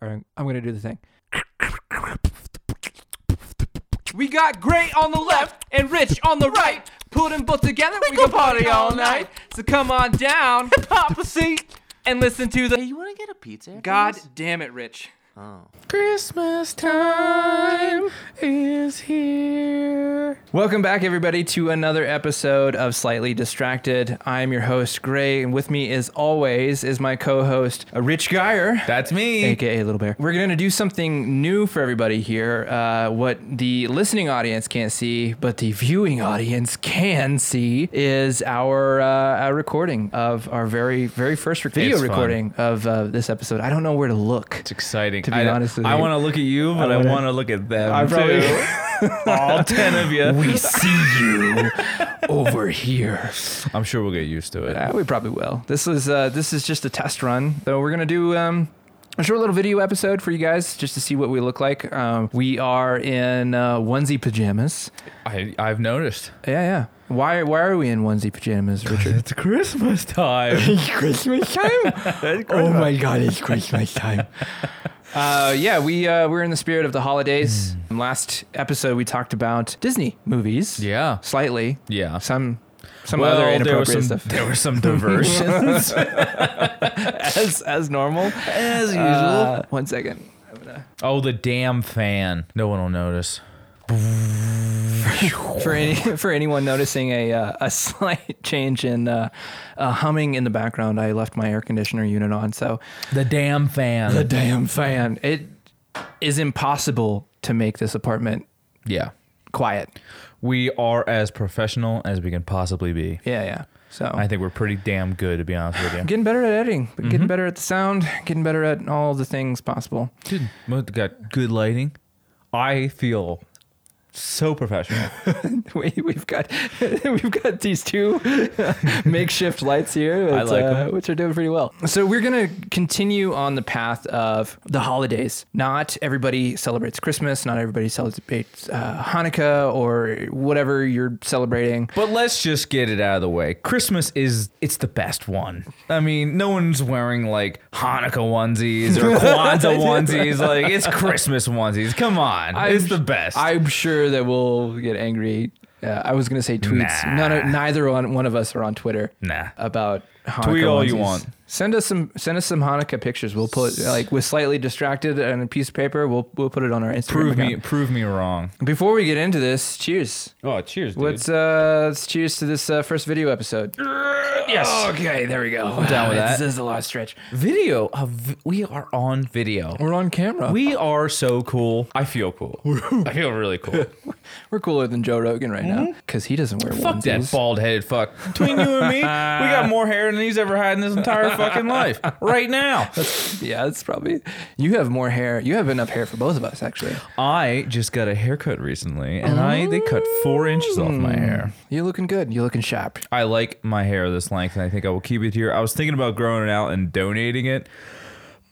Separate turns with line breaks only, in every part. All right, I'm gonna do the thing. We got great on the left and rich on the right. Put them both together, we can party all night. So come on down, hypocrisy, and listen to
Hey,
the.
you want to get a pizza? after
God
this?
damn it, Rich.
Oh.
Christmas time is here. Welcome back, everybody, to another episode of Slightly Distracted. I'm your host, Gray, and with me, as always, is my co host, Rich Geyer.
That's me.
AKA Little Bear. We're going to do something new for everybody here. Uh, what the listening audience can't see, but the viewing audience can see, is our, uh, our recording of our very, very first rec- video
It's fun.
recording of uh, this episode. I don't know where to look.
It's exciting.
To be
I,
honest with
I
you.
want to look at you, but I,
wanna-
want to look at them.
I probably-
too. all ten of you.
we see you over here.
I'm sure we'll get used to it.
Uh, we probably will. This is uh, this is just a test run, though. We're gonna do um, a short little video episode for you guys just to see what we look like. Um, we are in uh, onesie pajamas.
I, I've noticed.
Yeah, yeah. Why why are we in onesie pajamas, Richard?
It's Christmas time.
Christmas time. oh my God, it's Christmas time. Uh, yeah, we uh, we're in the spirit of the holidays. Last episode we talked about Disney movies.
yeah.
slightly.
Yeah.
Some some
Well,
other
there were
inappropriate
some
stuff.
there were some diversions
as as normal.
as usual.
Uh, one second.
oh, the damn fan. No one will notice.
For any for anyone noticing a uh, a slight change in uh, uh, humming in the background, I left my air conditioner unit on. So
The damn fan.
damn fan. It is impossible to make this apartment
yeah.
quiet.
We are as professional as we can possibly be.
Yeah, yeah. So
I Mm-hmm. think we're pretty damn good, to be honest with you.
getting better at editing, but getting better at the sound, getting better at all the things possible.
Dude, we got good lighting. I feel so professional.
We, we've got we've got these two makeshift lights here,
I
that,
like
uh,
'em.
which are doing pretty well. So we're gonna continue on the path of the holidays. Not everybody celebrates Christmas. Not everybody celebrates uh, Hanukkah or whatever you're celebrating.
but let's just get it out of the way. Christmas is it's the best one. I mean, no one's wearing like Hanukkah onesies or Kwanzaa onesies. Like it's Christmas onesies. Come on, it's the best.
I'm sure that we'll get angry. Uh, I was gonna say tweets.
Nah.
None of, neither one, one of us are on Twitter.
nah.
about Hanukkah
Tweet all you
onesies.
want.
Send us some send us some Hanukkah pictures. We'll put like with slightly distracted and a piece of paper. We'll we'll put it on our Instagram.
Prove me,
account.
prove me wrong.
Before we get into this, cheers.
Oh, cheers, dude.
Let's uh let's cheers to this uh, first video episode.
yes.
Okay, there we go. I'm
down with that.
This is a lot of stretch.
Video. Of, we are on video.
We're on camera. We
We are so cool. I feel cool. I feel really cool.
we're cooler than Joe Rogan right now because he doesn't wear
Fuck that
onesies.
bald headed fuck. Between you and me, we got more hair than he's ever had in his entire fucking life. Right now.
Yeah, that's probably. You have more hair. You have enough hair for both of us actually.
I just got a haircut recently and I they cut four inches off my hair.
You're looking good. You're looking sharp.
I like my hair this length and I think I will keep it here. I was thinking about growing it out and donating it,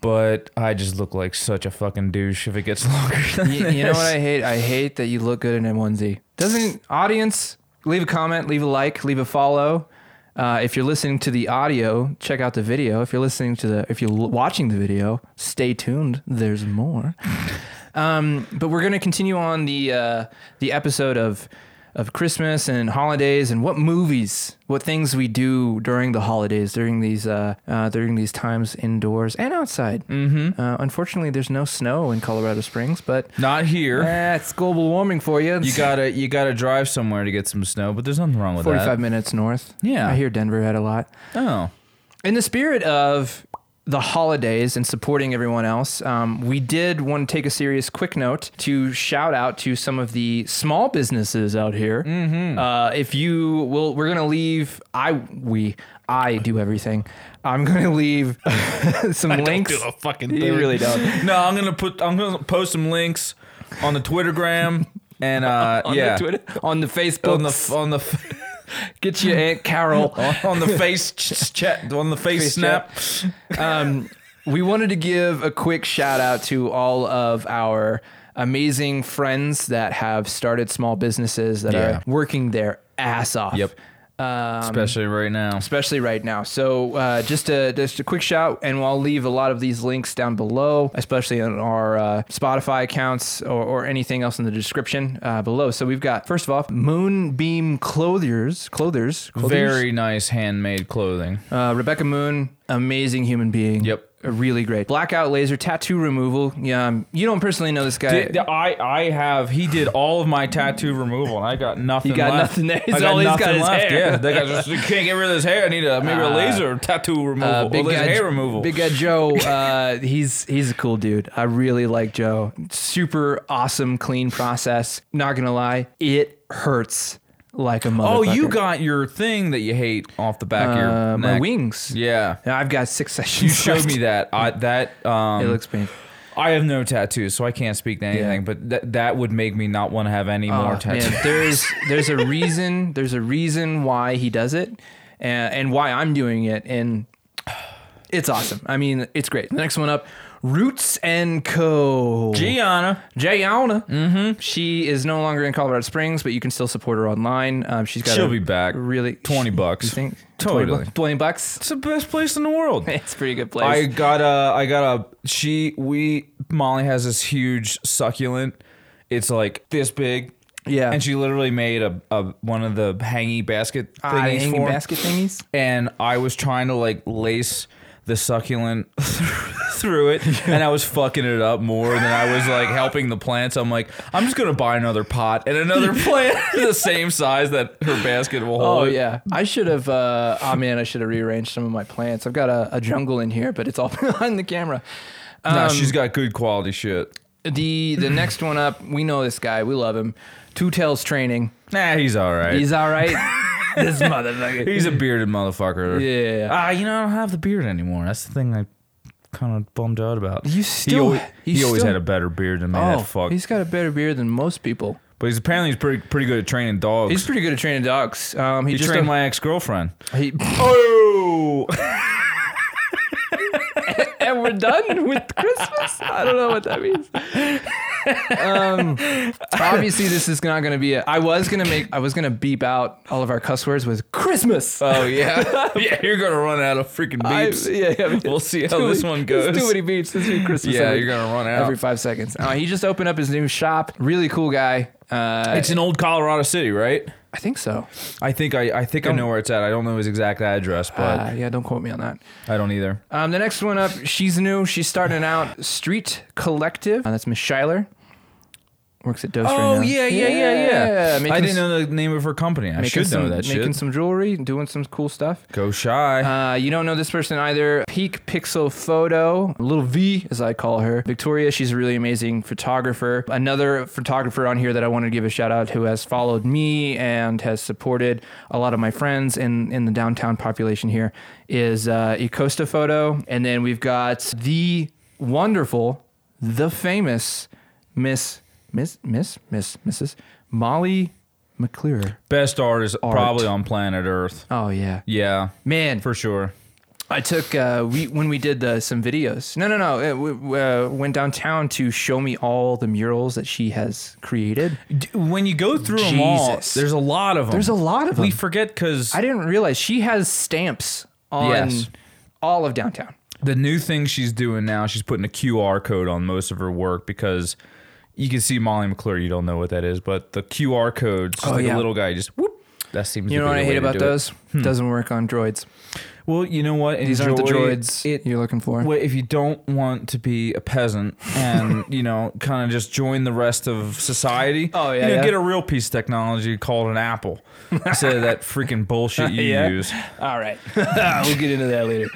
but I just look like such a fucking douche if it gets longer. Than
You, you know
this.
what I hate? I hate that you look good in a onesie. Doesn't audience leave a comment, leave a like, leave a follow. Uh, if you're listening to the audio, check out the video. If you're listening to the, if you're l- watching the video, stay tuned. There's more. Um, but we're gonna continue on the uh, the episode of of Christmas and holidays and what movies, what things we do during the holidays, during these uh, uh, during these times indoors and outside. Mm-hmm. Uh, unfortunately, there's no snow in Colorado Springs, but
Not here.
that's Eh, global warming for you.
You gotta you gotta drive somewhere to get some snow, but there's nothing wrong with
45
that.
minutes north.
Yeah.
I hear Denver had a lot.
Oh.
In the spirit of the holidays and supporting everyone else, um, we did want to take a serious quick note to shout out to some of the small businesses out here. Mm-hmm. Uh, if you will, we're gonna leave. I we I do everything. I'm gonna leave some links.
do a fucking
You
thing.
really don't.
No, I'm gonna put. I'm gonna post some links on the Twittergram and uh,
On
yeah,
the Twitter, on the Facebook,
on the on the
get your Aunt Carol.
on the face ch- chat on the face,
Face
snap.
um, we wanted to give a quick shout out to all of our amazing friends that have started small businesses that
Yeah.
are working their ass off.
Yep.
Um,
especially right now.
especially right now. So uh, just a just a quick shout, and I'll leave a lot of these links down below, especially on our uh, Spotify accounts or, or anything else in the description uh, below. So we've got first of all, Moonbeam Clothiers, Clothiers, Clothiers?
Very nice handmade clothing.
Uh, Rebecca Moon, amazing human being.
Yep.
Uh, really great. Blackout laser tattoo removal. Yeah, um, you don't personally know this guy.
Did- I I have he did all of my tattoo removal and I got nothing.
You got
left.
nothing there. He's
I got
all he's got
nothing
is
left.
hair.
Yeah, that guy just you can't get rid of his hair. I need a maybe a laser tattoo removal,
Uh,
or laser hair
Jo-
removal.
Big Guy Joe, uh, he's he's a cool dude. I really like Joe. Super awesome, clean process. Not gonna lie, it hurts like a
oh,
motherfucker.
you got your thing that you hate off the back of your
uh, my
neck.
wings.
Yeah,
Yeah, I've got six
you
sessions.
showed
left.
me that. I that um.
It looks painful.
I have no tattoos, so I can't speak to anything. But that that would make me not want to have any more
Oh, man,
tattoos.
there's there's a reason there's a reason why he does it, and, and why I'm doing it, and it's awesome. I mean, it's great. The next one up, Roots and Co.
Gianna,
Jayana. Mm-hmm. She is no longer in Colorado Springs, but you can still support her online. Um, she's got.
she'll
a
be back.
Really,
twenty bucks.
You think?
Totally.
20 bu- Twenty bucks.
It's the best place in the world.
It's a pretty good
I
place.
got a, I got a, she, we, Molly has this huge succulent. It's like this big.
yeah.
And she literally made a, a one of the hangy basket thingies
Ah, the hanging
for 'em.
basket thingies.
And I was trying to like lace the succulent through it, and I was fucking it up more than I was like helping the plants. I'm like, I'm just gonna buy another pot and another plant the same size that her basket will hold.
Oh yeah, I should have. Uh, oh man, I should have rearranged some of my plants. I've got a, a jungle in here, but it's all behind the camera. Um,
Nah, she's got good quality shit.
the the next one up, we know this guy. We love him. Two Tails Training.
Nah, he's all right.
He's all right. this motherfucker.
He's a bearded motherfucker.
Yeah.
Ah, you know, I don't have the beard anymore. That's the thing I kind of bummed out about.
You still-
He always,
you
he always
still-
had a better beard than me.
Oh,
that fuck.
he's got a better beard than most people.
but he's apparently he's pretty pretty good at training dogs.
He's pretty good at training dogs. Um, he,
he
just
trained
uh,
my ex girlfriend.
he-
Oh,
and we're done with Christmas. I don't know what that means. Um, obviously, this is not going to be. A, I was going to make. I was going to beep out all of our cuss words with Christmas.
oh yeah, yeah. You're gonna run out of freaking
I-
beeps.
yeah, yeah,
We'll see how
too
this
many-
one
there's
goes.
Too many beeps. This is Christmas.
yeah,
every-
you're gonna run out.
every five seconds. Uh, he just opened up his new shop. Really cool guy. Uh,
it's in old Colorado City, right?
I think so.
I think I, I think
Um,
I know where it's at. I don't know his exact address, but
Uh, yeah, don't quote me on that.
I don't either.
Um, the next one up, she's new. She's starting out. Street Collective. Uh, that's Miss Schuyler. Works at Dose
Oh,
right now. Making
I didn't
s-
know the name of her company. I
making
should
some,
know that
Making
shit.
some jewelry, and doing some cool stuff.
Go shy.
Uh, you don't know this person either. Peak Pixel Photo, little V as I call her. Victoria, she's a really amazing photographer. Another photographer on here that I want to give a shout out who has followed me and has supported a lot of my friends in, in the downtown population here is uh, Ecosta Photo. And then we've got the wonderful, the famous Miss, Miss, Miss, Miss, Mrs. Molly McClure.
Best artist
Art.
probably on planet Earth.
Oh, yeah.
Yeah,
Man,
for sure.
I took uh, we when we did the, some videos. No, no, no. It, we, we, uh, went downtown to show me all the murals that she has created.
D- When you go through them all,
Jesus.
there's a lot of them.
There's a lot of
We
them.
forget because
I didn't realize she has stamps on
Yes.
all of downtown.
the new thing she's doing now, she's putting a QR code on most of her work because you can see Molly McClure. You don't know what that is, but the QR codes, just
Oh,
like
yeah.
a little guy, just whoop. That seems.
You
to
know
be
what
the
I
way
hate
to
about
do it. Hmm.
those? Doesn't work on droids.
Well, you know what?
These aren't the
Enjoy
droids
It,
you're looking for.
Well, if you don't want to be a peasant and you know kind of just join the rest of society,
Oh, yeah,
you know,
yeah.
get a real piece of technology called an apple instead of that freaking bullshit you
Yeah.
use.
All right, we'll get into that later.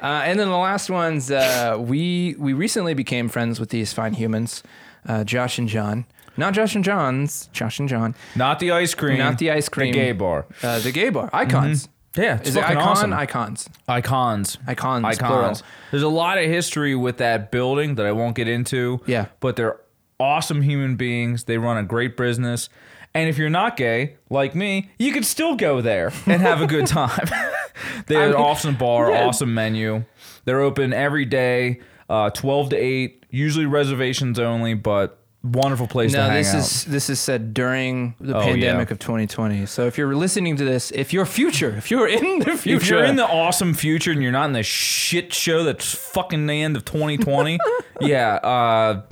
Uh, and then the last ones uh, we we recently became friends with these fine humans, uh, Josh and John. Not Josh and John's, Josh and John.
Not the ice cream.
Not the ice cream.
The gay bar.
Uh, the gay bar icons.
Yeah, Mm-hmm. it's
Is it
fucking
icon?
awesome.
Icons.
Icons.
Icons.
Icons.
Plural.
There's a lot of history with that building that I won't get into.
Yeah.
But they're awesome human beings. They run a great business. And if you're not gay, like me, you could still go there and have a good time. they have an
mean,
awesome bar,
yeah.
awesome menu. They're open every day, uh, 12 to 8, usually reservations only, but wonderful place to
No,
hang
this
out.
is this is said during the
Oh,
pandemic
yeah.
of 2020. So if you're listening to this, if your future, if you're in the future,
if you're in the awesome future and you're not in the shit show that's fucking the end of 2020, yeah, uh,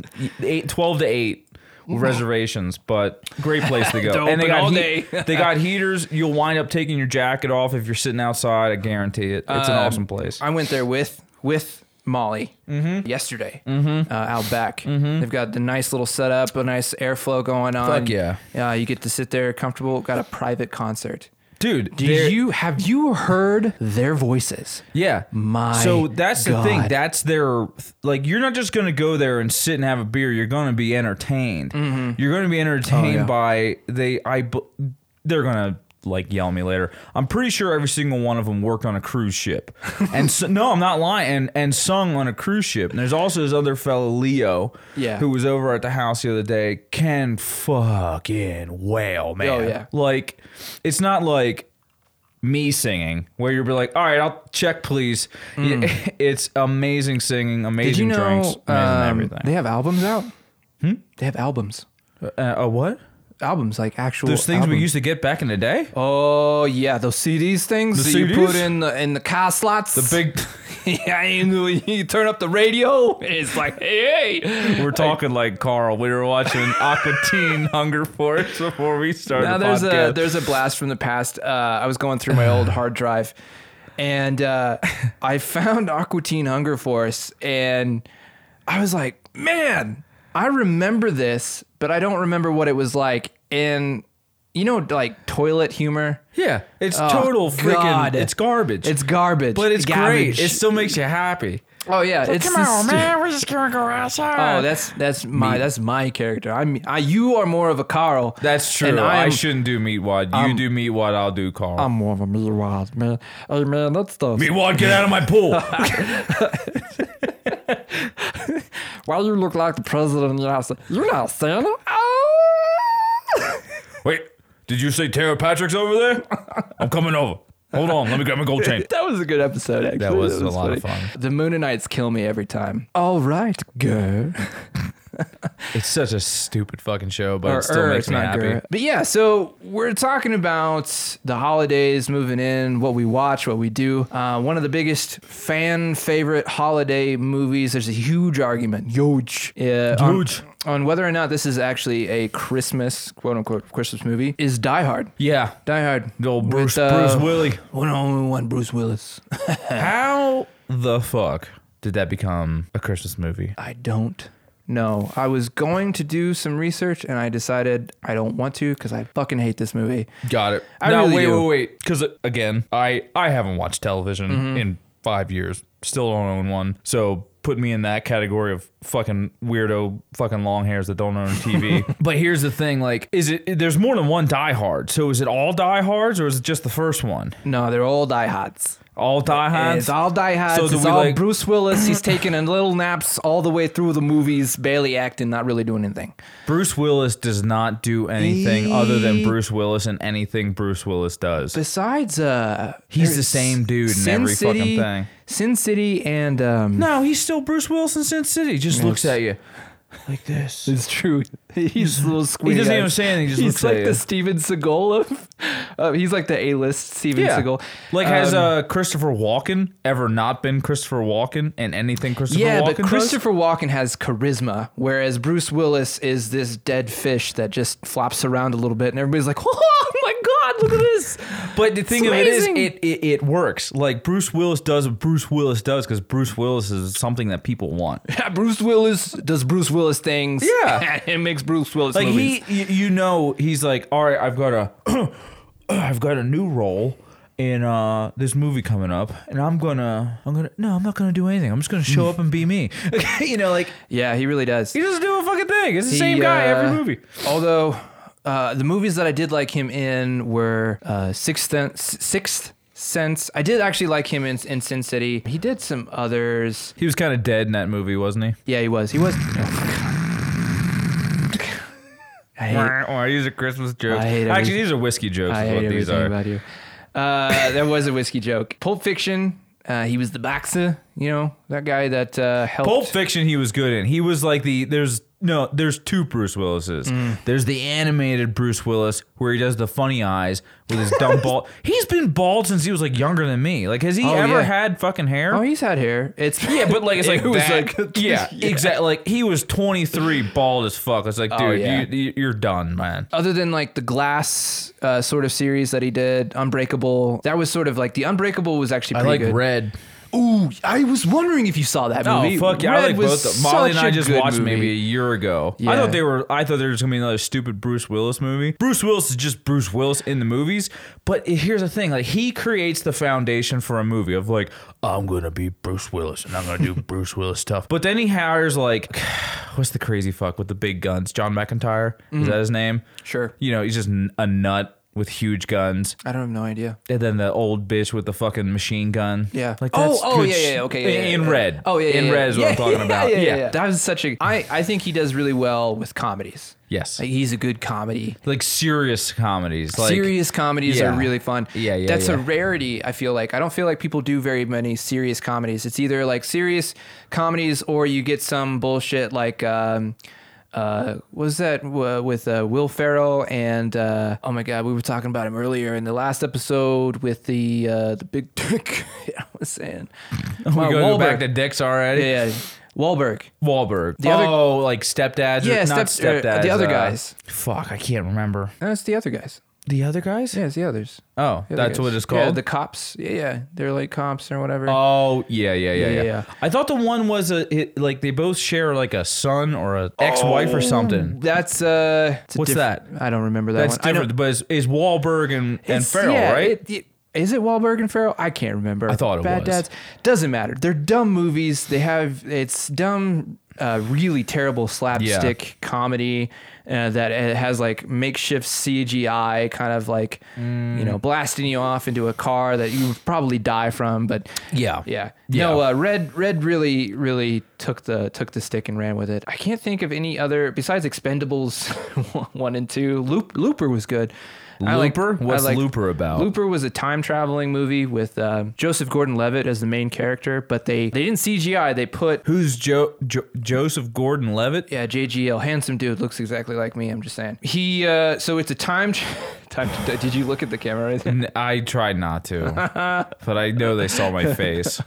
eight, 12 to 8 reservations, but great place to go.
They're
they
open
got
all
heat-
day.
they got heaters. You'll wind up taking your jacket off if you're sitting outside. I guarantee it. It's an
Um,
awesome place.
I went there with with Molly
Mm-hmm.
yesterday uh, out back. They've got the nice little setup, a nice airflow going on.
Fuck yeah.
Yeah, you get to sit there comfortable. Got a private concert.
Dude,
Do
they're-
you have you heard their voices?
Yeah.
My
So that's the thing.
God.
That's their like you're not just going to go there and sit and have a beer. You're going to be entertained. You're going to be entertained
Mm-hmm. Oh, yeah.
by they I b- they're going to like yell at me later. I'm pretty sure every single one of them worked on a cruise ship. and so, no, I'm not lying. And, and sung on a cruise ship. And there's also this other fellow Leo
Yeah.
who was over at the house the other day. Can fucking wail, man.
Oh, yeah.
Like it's not like me singing where you'll be like all right i'll check please Yeah, it's amazing singing
Hmm. Did you
amazing
know
drinks amazing
um,
everything Hmm?
they have albums out? They have albums,
uh, uh, what
albums like actual
those things we
albums.
used to get back in the day
Oh yeah, those CDs things
The
that you put
CDs?
in the in the car slots.
the big
yeah, you, you turn up the radio. It's like hey, hey.
we're talking like carl we were watching aqua teen hunger force before we started
Now
the
there's
podcast.
a there's a blast from the past. Uh, I was going through my old hard drive, and uh, I found Aquatine Hunger Force, and I was like, man, I remember this, but I don't remember what it was like. And you know, like toilet humor.
yeah it's
Oh,
total freaking
God.
it's garbage
It's garbage,
but it's
Garbage.
great it still makes you happy
oh yeah, it's
come
the
on
stu-
man we're just gonna go outside
Oh, that's that's my that's my character. I'm I, you are more of a Carl.
that's true
And
i
I'm,
shouldn't do meat wad you do meat wad i'll do carl
I'm more of a Mr. Wild man. Hey man, that stuff.
meat wad get out of my pool
Why you look like the president of the United States? You're not Santa. Ah! Oh.
Wait, did you say Tara Patrick's over there? I'm coming over. Hold on, let me grab my gold chain.
that was a good episode. Actually,
That was a lot of fun.
The Moon Knights kill me every time. All right, girl.
It's such a stupid fucking show, but
Or-
it still
or
makes
it's
me
not
happy.
girl. But yeah, so we're talking about the holidays, moving in, what we watch, what we do. Uh, one of the biggest fan favorite holiday movies. There's a huge argument, huge, uh, on-
Huge.
on whether or not this is actually a Christmas quote unquote Christmas movie. Is Die Hard.
Yeah.
Die Hard.
The old
With,
Bruce,
uh,
Bruce Willie.
One only one, Bruce Willis.
How the fuck did that become a Christmas movie?
I don't know. I was going to do some research and I decided I don't want to because I fucking hate this movie.
Got it.
I
now,
really
wait,
do.
wait, wait. Because, again, I, I haven't watched television
Mm-hmm.
in five years. Still don't own one. So put me in that category of fucking weirdo fucking long hairs that don't own TV. but here's the thing. Like, is it... There's more than one Die Hard. So is it all Die Hards or is it just the first one?
No, they're all diehards.
All Die Hards?
It's all diehards.
So do
it's
we,
all
like-
Bruce Willis. He's taking a little naps all the way through the movies, barely acting, not really doing anything.
Bruce Willis does not do anything other than Bruce Willis and anything Bruce Willis does.
Besides, uh,
He's
there's
the same dude in every fucking
City-
thing.
Sin City and um,
no, he's still Bruce Willis in Sin City. Just looks at you like this.
It's true. He's a little squeaky.
doesn't even
eyes.
say anything, he just
he's
looks at
like
you.
the Steven Seagal of. Uh, he's like the A-list Steven Seagal.
Like, has
Um,
uh, Christopher Walken ever not been Christopher Walken in anything Christopher
yeah,
Walken
but Christopher Walken has charisma, whereas Bruce Willis is this dead fish that just flops around a little bit, and everybody's like, "Oh my god, look at this!"
does? But the thing
It's
of it is,
amazing.
it, it, it works. Like, Bruce Willis does what Bruce Willis does because Bruce Willis is something that people want.
Bruce Willis does Bruce Willis things.
Yeah.
it makes Bruce Willis
like
movies.
he y- you know he's like all right i've got a i've got a new role in uh this movie coming up and i'm gonna i'm gonna no i'm not gonna do anything i'm just gonna show up and be me you know like
yeah, he really does.
he doesn't do a fucking thing it's the
He,
same guy
uh,
every movie
Although uh, the movies that I did like him in were uh, Sixth Sense, Sixth Sense. I did actually like him in, in Sin City. He did some others.
he was kind of dead in that movie wasn't he
Yeah, he was. He was. I hate,
or these are christmas jokes
I hate
actually
every-
these are whiskey jokes
I
is
hate
what these
everything
are
about you. Uh, that was a whiskey joke. Pulp Fiction. Uh, he was the boxer. you know that guy that uh, helped.
Pulp Fiction, he was good in. He was like the there's no there's two Bruce Willises.
Mm.
There's the animated Bruce Willis where he does the funny eyes with his dumb bald. He's been bald since he was like younger than me. Like has he
Oh,
ever
yeah.
had fucking hair?
Oh, he's had hair. It's
yeah, but like it's like
it was
that-
like
yeah, exactly. Like he was 23, bald as fuck. It's like, dude,
Oh, yeah.
you, you, you're done, man.
other than like the glass uh, sort of series that he did, Unbreakable. That was sort of like the Unbreakable was actually
I
pretty
like
good.
Red.
Ooh, I was wondering if you saw that
Oh
movie.
fuck yeah!
Red
I like
was
both. Of them. Molly and
such
I
a
just
good
watched maybe a
movie.
year ago. I
Yeah.
thought they were. I thought there was gonna be another stupid Bruce Willis movie. Bruce Willis is just Bruce Willis in the movies. But here's the thing: like he creates the foundation for a movie of like I'm gonna be Bruce Willis and I'm gonna do Bruce Willis stuff. But then he hires like what's the crazy fuck with the big guns? John McIntyre is that his name?
Mm-hmm. Sure.
You know he's just n- a nut with huge guns.
I don't have no idea.
And then the old bitch with the fucking machine gun.
Yeah.
Like
oh,
that's
oh
good
yeah,
sh-
yeah, okay. Yeah, yeah,
in
yeah.
red.
Oh yeah, yeah
in
yeah.
red is what
yeah,
I'm talking
yeah,
about.
Yeah, yeah,
Yeah.
yeah. That was such a. I I think he does really well with comedies.
Yes.
Like he's a good comedy.
like serious comedies. Like
serious comedies
yeah.
are really fun.
Yeah, yeah,
That's a
yeah.
rarity. I feel like I don't feel like people do very many serious comedies. It's either like serious comedies or you get some bullshit like. Um, uh, was that uh, with uh, Will Ferrell and uh, oh my god, we were talking about him earlier in the last episode with the uh, the big dick. I was saying,
we
Mark
go back
Wahlberg.
to dicks already.
yeah, yeah, Wahlberg.
Wahlberg.
The other-
oh, like stepdads. or-
Yeah,
not
step- or
stepdads.
the other
uh,
guys.
Fuck, I can't remember.
That's the other guys.
The other guys.
Yeah, it's the others.
Oh,
The other
that's
guys.
what it's
Yeah,
called.
the cops. Yeah, yeah, they're like cops or whatever.
Oh yeah yeah, yeah,
Yeah,
yeah,
yeah.
I thought the one was a it, like they both share like a son or a ex-wife or something.
That's uh. it's a
What's
diff-
that?
I don't remember Oh, that.
That's
one. I know-
different. But is, is Wahlberg and and
it's-
Farrell
yeah,
right?
it- it- Is it Wahlberg and Farrell? I can't remember. I
thought it
Bad
was.
Dads doesn't matter. They're dumb movies. They have it's dumb, uh, really terrible slapstick comedy uh, that it has like makeshift CGI, kind of like you
Mm.
know blasting you off into a car that you would probably die from. But
Yeah.
yeah,
Yeah.
no. Uh, Red Red really really took the took the stick and ran with it. I can't think of any other besides Expendables one and two. Loop, Looper was good. I like-
Looper?
I
What's
like-
Looper about?
Looper was a time traveling movie with uh, Joseph Gordon Levitt as the main character, but they they didn't CGI. They put
Who's jo- jo- Joseph Gordon-Levitt?
yeah, JGL, handsome dude, looks exactly like me. I'm just saying. He uh, so it's a time tra- time. did you look at the camera right there?
N- I tried not to, but I know they saw my face.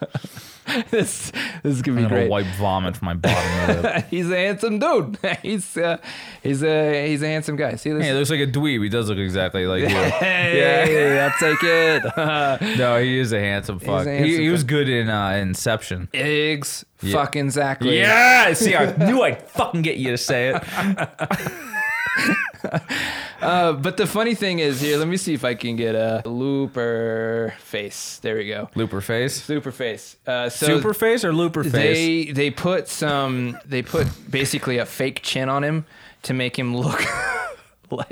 this this is gonna be
I'm gonna
great.
wipe vomit from my bottom lip.
he's a handsome dude. he's uh, he's a he's a handsome guy. See this?
Hey, he looks like a dweeb. He does look exactly like you.
Hey, I'll take it.
No, he is a handsome fuck.
a
he,
handsome
he was good in uh, Inception.
Eggs, fucking Zachary.
Yeah, see, I knew I'd fucking get you to say it.
Uh, but the funny thing is, here, let me see if I can get a looper face. There we go.
Looper face,
Super face. Uh, so
super face, or looper face?
they they put some they put basically a fake chin on him to make him look like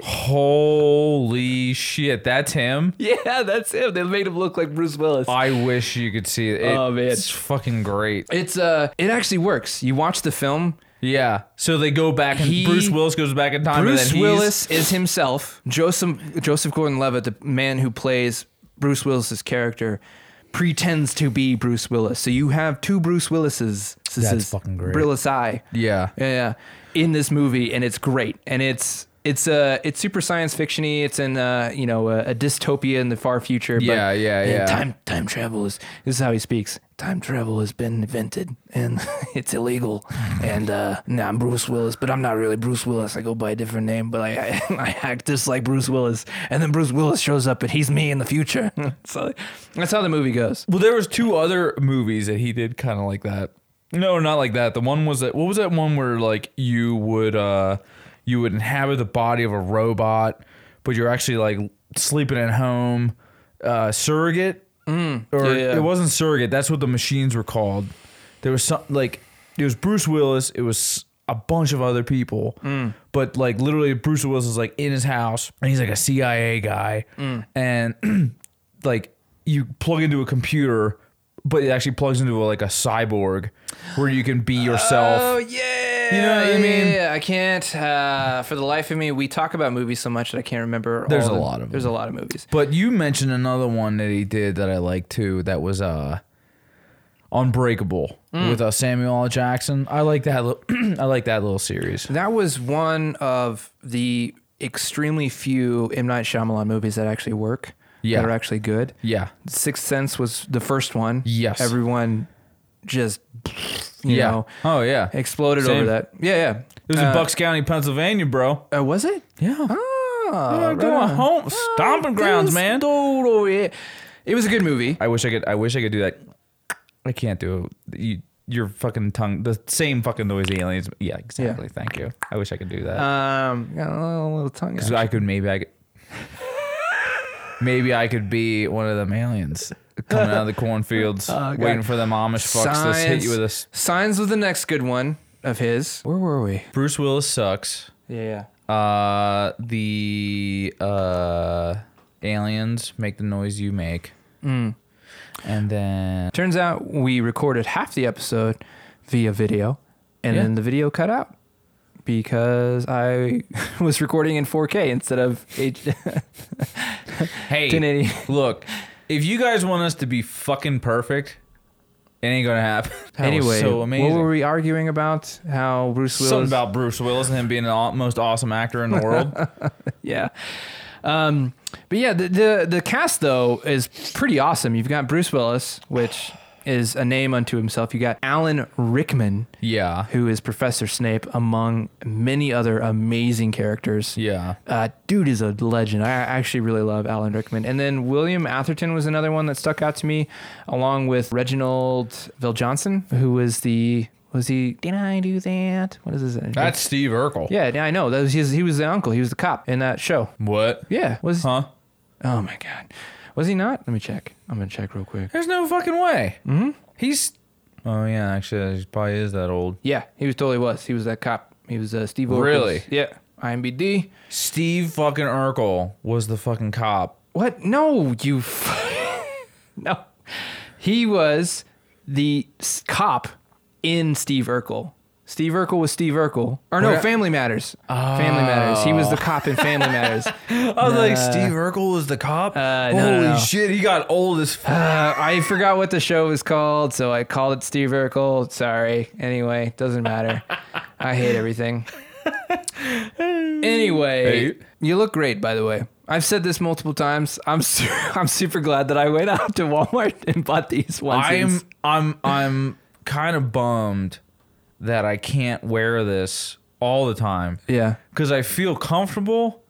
Holy shit, that's him.
yeah that's him they made him look like Bruce Willis
I wish you could see it.
Oh, man.
it's fucking great.
it's uh it actually works you watch the film
Yeah. So they go back, and
He-
Bruce Willis goes back in time. and
Bruce
then he's-
Willis is himself. Joseph Joseph Gordon-Levitt, the man who plays Bruce Willis's character, pretends to be Bruce Willis. So you have two Bruce Willises. That's
fucking great.
Willis I.
Yeah.
Yeah, yeah, in this movie, and it's great, and it's. It's uh, it's super science fictiony. It's in uh, you know a, a dystopia in the far future. But
Yeah, yeah,
and
yeah.
Time time travel is this is how he speaks. Time travel has been invented and it's illegal. And uh, now I'm Bruce Willis, but I'm not really Bruce Willis. I go by a different name, but I I, I act just like Bruce Willis. And then Bruce Willis shows up, and he's me in the future. so that's how the movie goes.
Well, there was two other movies that he did kind of like that. No, not like that. The one was that. What was that one where like you would uh you would inhabit the body of a robot, but you're actually like sleeping at home, uh, surrogate. Mm, or
yeah, yeah.
it wasn't surrogate. That's what the machines were called. There was some like it was Bruce Willis. It was a bunch of other people,
Mm.
but like literally Bruce Willis is like in his house and he's like a CIA guy
Mm.
and like you plug into a computer, but it actually plugs into like a cyborg where you can be yourself.
Oh, yeah,
You know what I
yeah,
mean?
Yeah, I can't. Uh, for the life of me, we talk about movies so much that I can't remember.
There's
all
a
the-
lot of
There's a lot of movies.
but you mentioned another one that he did that I like too. That was uh, Unbreakable
Mm.
with uh, Samuel L. Jackson. I like that. Li- I like that little series.
That was one of the extremely few M Night Shyamalan movies that actually work.
Yeah.
that are actually good.
Yeah,
Sixth Sense was the first one.
Yes.
everyone just you
yeah.
know uh,
oh yeah, it
exploded
Same.
over that. Yeah,
was
yeah.
in Bucks County, Pennsylvania, bro.
Uh, was it?
Yeah,
Oh,
I'm going home, stomping grounds, man.
Total, yeah. It was a good movie.
I wish I could. I wish I could do that. I can't do it. you. Your fucking tongue, the same fucking noise the aliens. Yeah, exactly. Thank you. I wish I could do that.
Um, got a little, little tongue.
'Cause
out.
I could maybe I could. Maybe I could be one of them aliens coming out of the cornfields,
Oh, God.
waiting for them Amish fucks to hit you with a. s-
Signs was the next good one of his. Where were we?
Bruce Willis sucks.
Yeah, yeah.
Uh, the uh, aliens make the noise you make,
Mm.
and then
Turns out we recorded half the episode via video, and
Yeah.
then the video cut out because I was recording in 4K instead of H-
hey,
1080.
Look, if you guys want us to be fucking perfect, it ain't gonna happen. That was
anyway,
so amazing.
what were we arguing about? How Bruce Willis?
Something about Bruce Willis and him being the aw- most awesome actor in the world.
yeah. Um, but yeah, the, the the cast though is pretty awesome. You've got Bruce Willis, which is a name unto himself. You got Alan Rickman,
yeah,
who is Professor Snape, among many other amazing characters.
yeah.
Uh, dude is a legend. I actually really love Alan Rickman. And then William Atherton was another one that stuck out to me, along with Reginald Bill Johnson, who was the was he? Did I do that? What is his? name?
That's Steve Urkel.
yeah, yeah, I know. That was his, he was the uncle. He was the cop in that show.
What?
Yeah, was
Huh?
oh my god, was he not? Let me check. I'm gonna check real quick.
There's no fucking way. Mm-hmm. He's. Oh yeah, actually, he probably is that old.
Yeah, he was totally was. He was that cop. He was uh, Steve. Orkel's-
Really?
Yeah. IMBD.
Steve fucking Urkel was the fucking cop.
What? No, you. F- no, he was the s- cop in Steve Urkel. Steve Urkel was Steve Urkel, or no,
Where-
Family Matters. Family Matters. He was the cop in Family Matters.
I was like, Steve Urkel was the cop.
Uh,
Holy
no, no, no.
shit, he got old as fuck.
Uh, I forgot what the show was called, so I called it Steve Urkel. Sorry. Anyway, doesn't matter. I hate everything. Anyway,
Hey.
you look great, by the way. I've said this multiple times. I'm su- I'm super glad that I went out to Walmart and bought these onesies.
I'm I'm I'm kind of bummed that I can't wear this all the time
yeah.
because I feel comfortable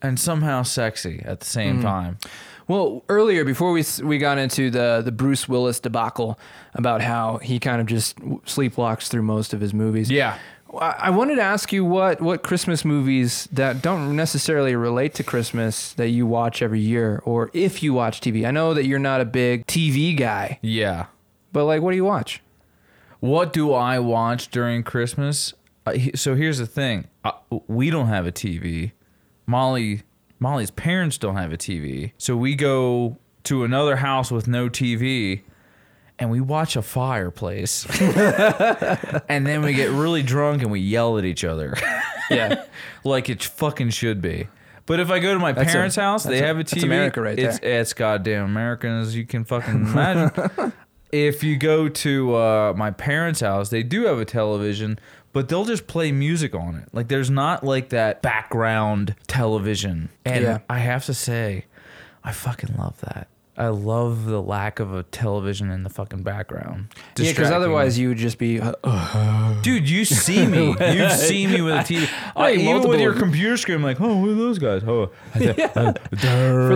and somehow sexy at the same time.
Well, earlier before we s- we got into the the Bruce Willis debacle about how he kind of just w- sleepwalks through most of his movies.
Yeah.
I I wanted to ask you what what Christmas movies that don't necessarily relate to Christmas that you watch every year, or if you watch TV. I know that you're not a big TV guy,
Yeah.
but like, what do you watch?
What do I watch during Christmas? Uh, he- so here's the thing: uh, we don't have a TV. Molly, Molly's parents don't have a TV, so we go to another house with no TV, and we watch a fireplace, and then we get really drunk and we yell at each other,
Yeah,
like it fucking should be. But if I go to my
a-
parents' house, they
that's a-
have a TV.
that's America right
it's, It's goddamn American as you can fucking imagine. if you go to uh, my parents' house, they do have a television, but they'll just play music on it. Like there's not like that background television. And
Yeah.
I have to say, I fucking love that. I love the lack of a television in the fucking background.
yeah, because
Distracting.
otherwise you would just be. Uh, uh,
Dude, you see me. You see me with a TV.
I-
Like, even
multiple-
with your computer screen, I'm like, oh, who are those guys? Oh,
for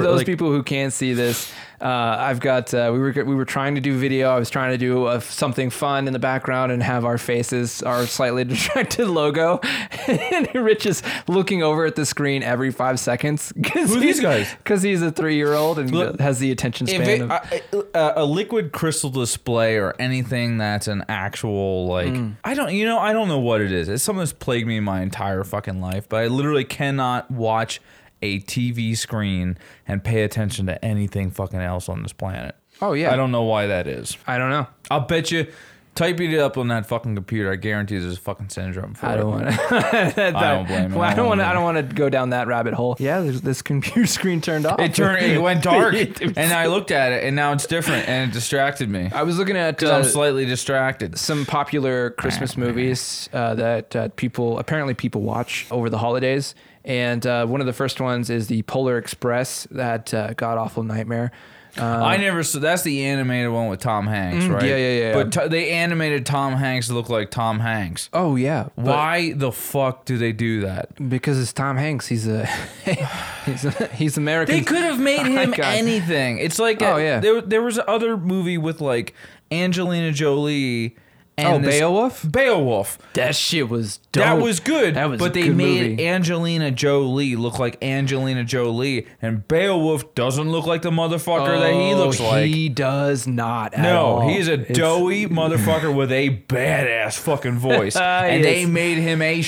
those
Like,
people who can't see this, uh, I've got. Uh, we were we were trying to do video. I was trying to do uh, something fun in the background and have our faces, our slightly distracted logo, and Rich is looking over at the screen every five seconds. Cause
Who are these guys?
Because he's a three year old and
Look,
has the attention
If
span.
it,
of,
I- I- uh, a liquid crystal display or anything that's an actual like I don't you know I don't know what it is. It's something that's plagued me my entire fucking life, but I literally cannot watch a TV screen and pay attention to anything fucking else on this planet.
oh yeah,
I don't know why that is.
I don't know.
I'll bet you Type it up on that fucking computer. I guarantee there's a fucking syndrome for
I
it.
don't want to. I
don't blame you.
I don't want to.
I
I don't want to go down that rabbit hole. Yeah, there's this computer screen turned off.
It turned. It went dark,
It was-
and I looked at it, and now it's different, and it distracted me.
I was looking at
Because
uh,
I'm slightly distracted.
some popular Christmas movies uh, that uh, people apparently people watch over the holidays, and uh, one of the first ones is the Polar Express, that uh, god awful nightmare. Uh,
I never saw. That's the animated one with Tom Hanks, right?
yeah, yeah, yeah.
But t- they animated Tom Hanks to look like Tom Hanks.
oh yeah, but-
Why the fuck do they do that?
Because it's Tom Hanks. He's a he's a, he's American.
They could have made
My
him
God.
anything. It's like
Oh,
a-
yeah.
There, there was another movie with like Angelina Jolie.
Oh,
And this-
Beowulf?
Beowulf.
That shit was dope.
That was good.
That was
but
a
they
good
made
movie.
Angelina Jolie look like Angelina Jolie, and Beowulf doesn't look like the motherfucker that he
Oh,
looks like.
He does not. At
No,
all.
he is a
It's-
doughy motherfucker with a badass fucking voice, and
Yes.
they made him a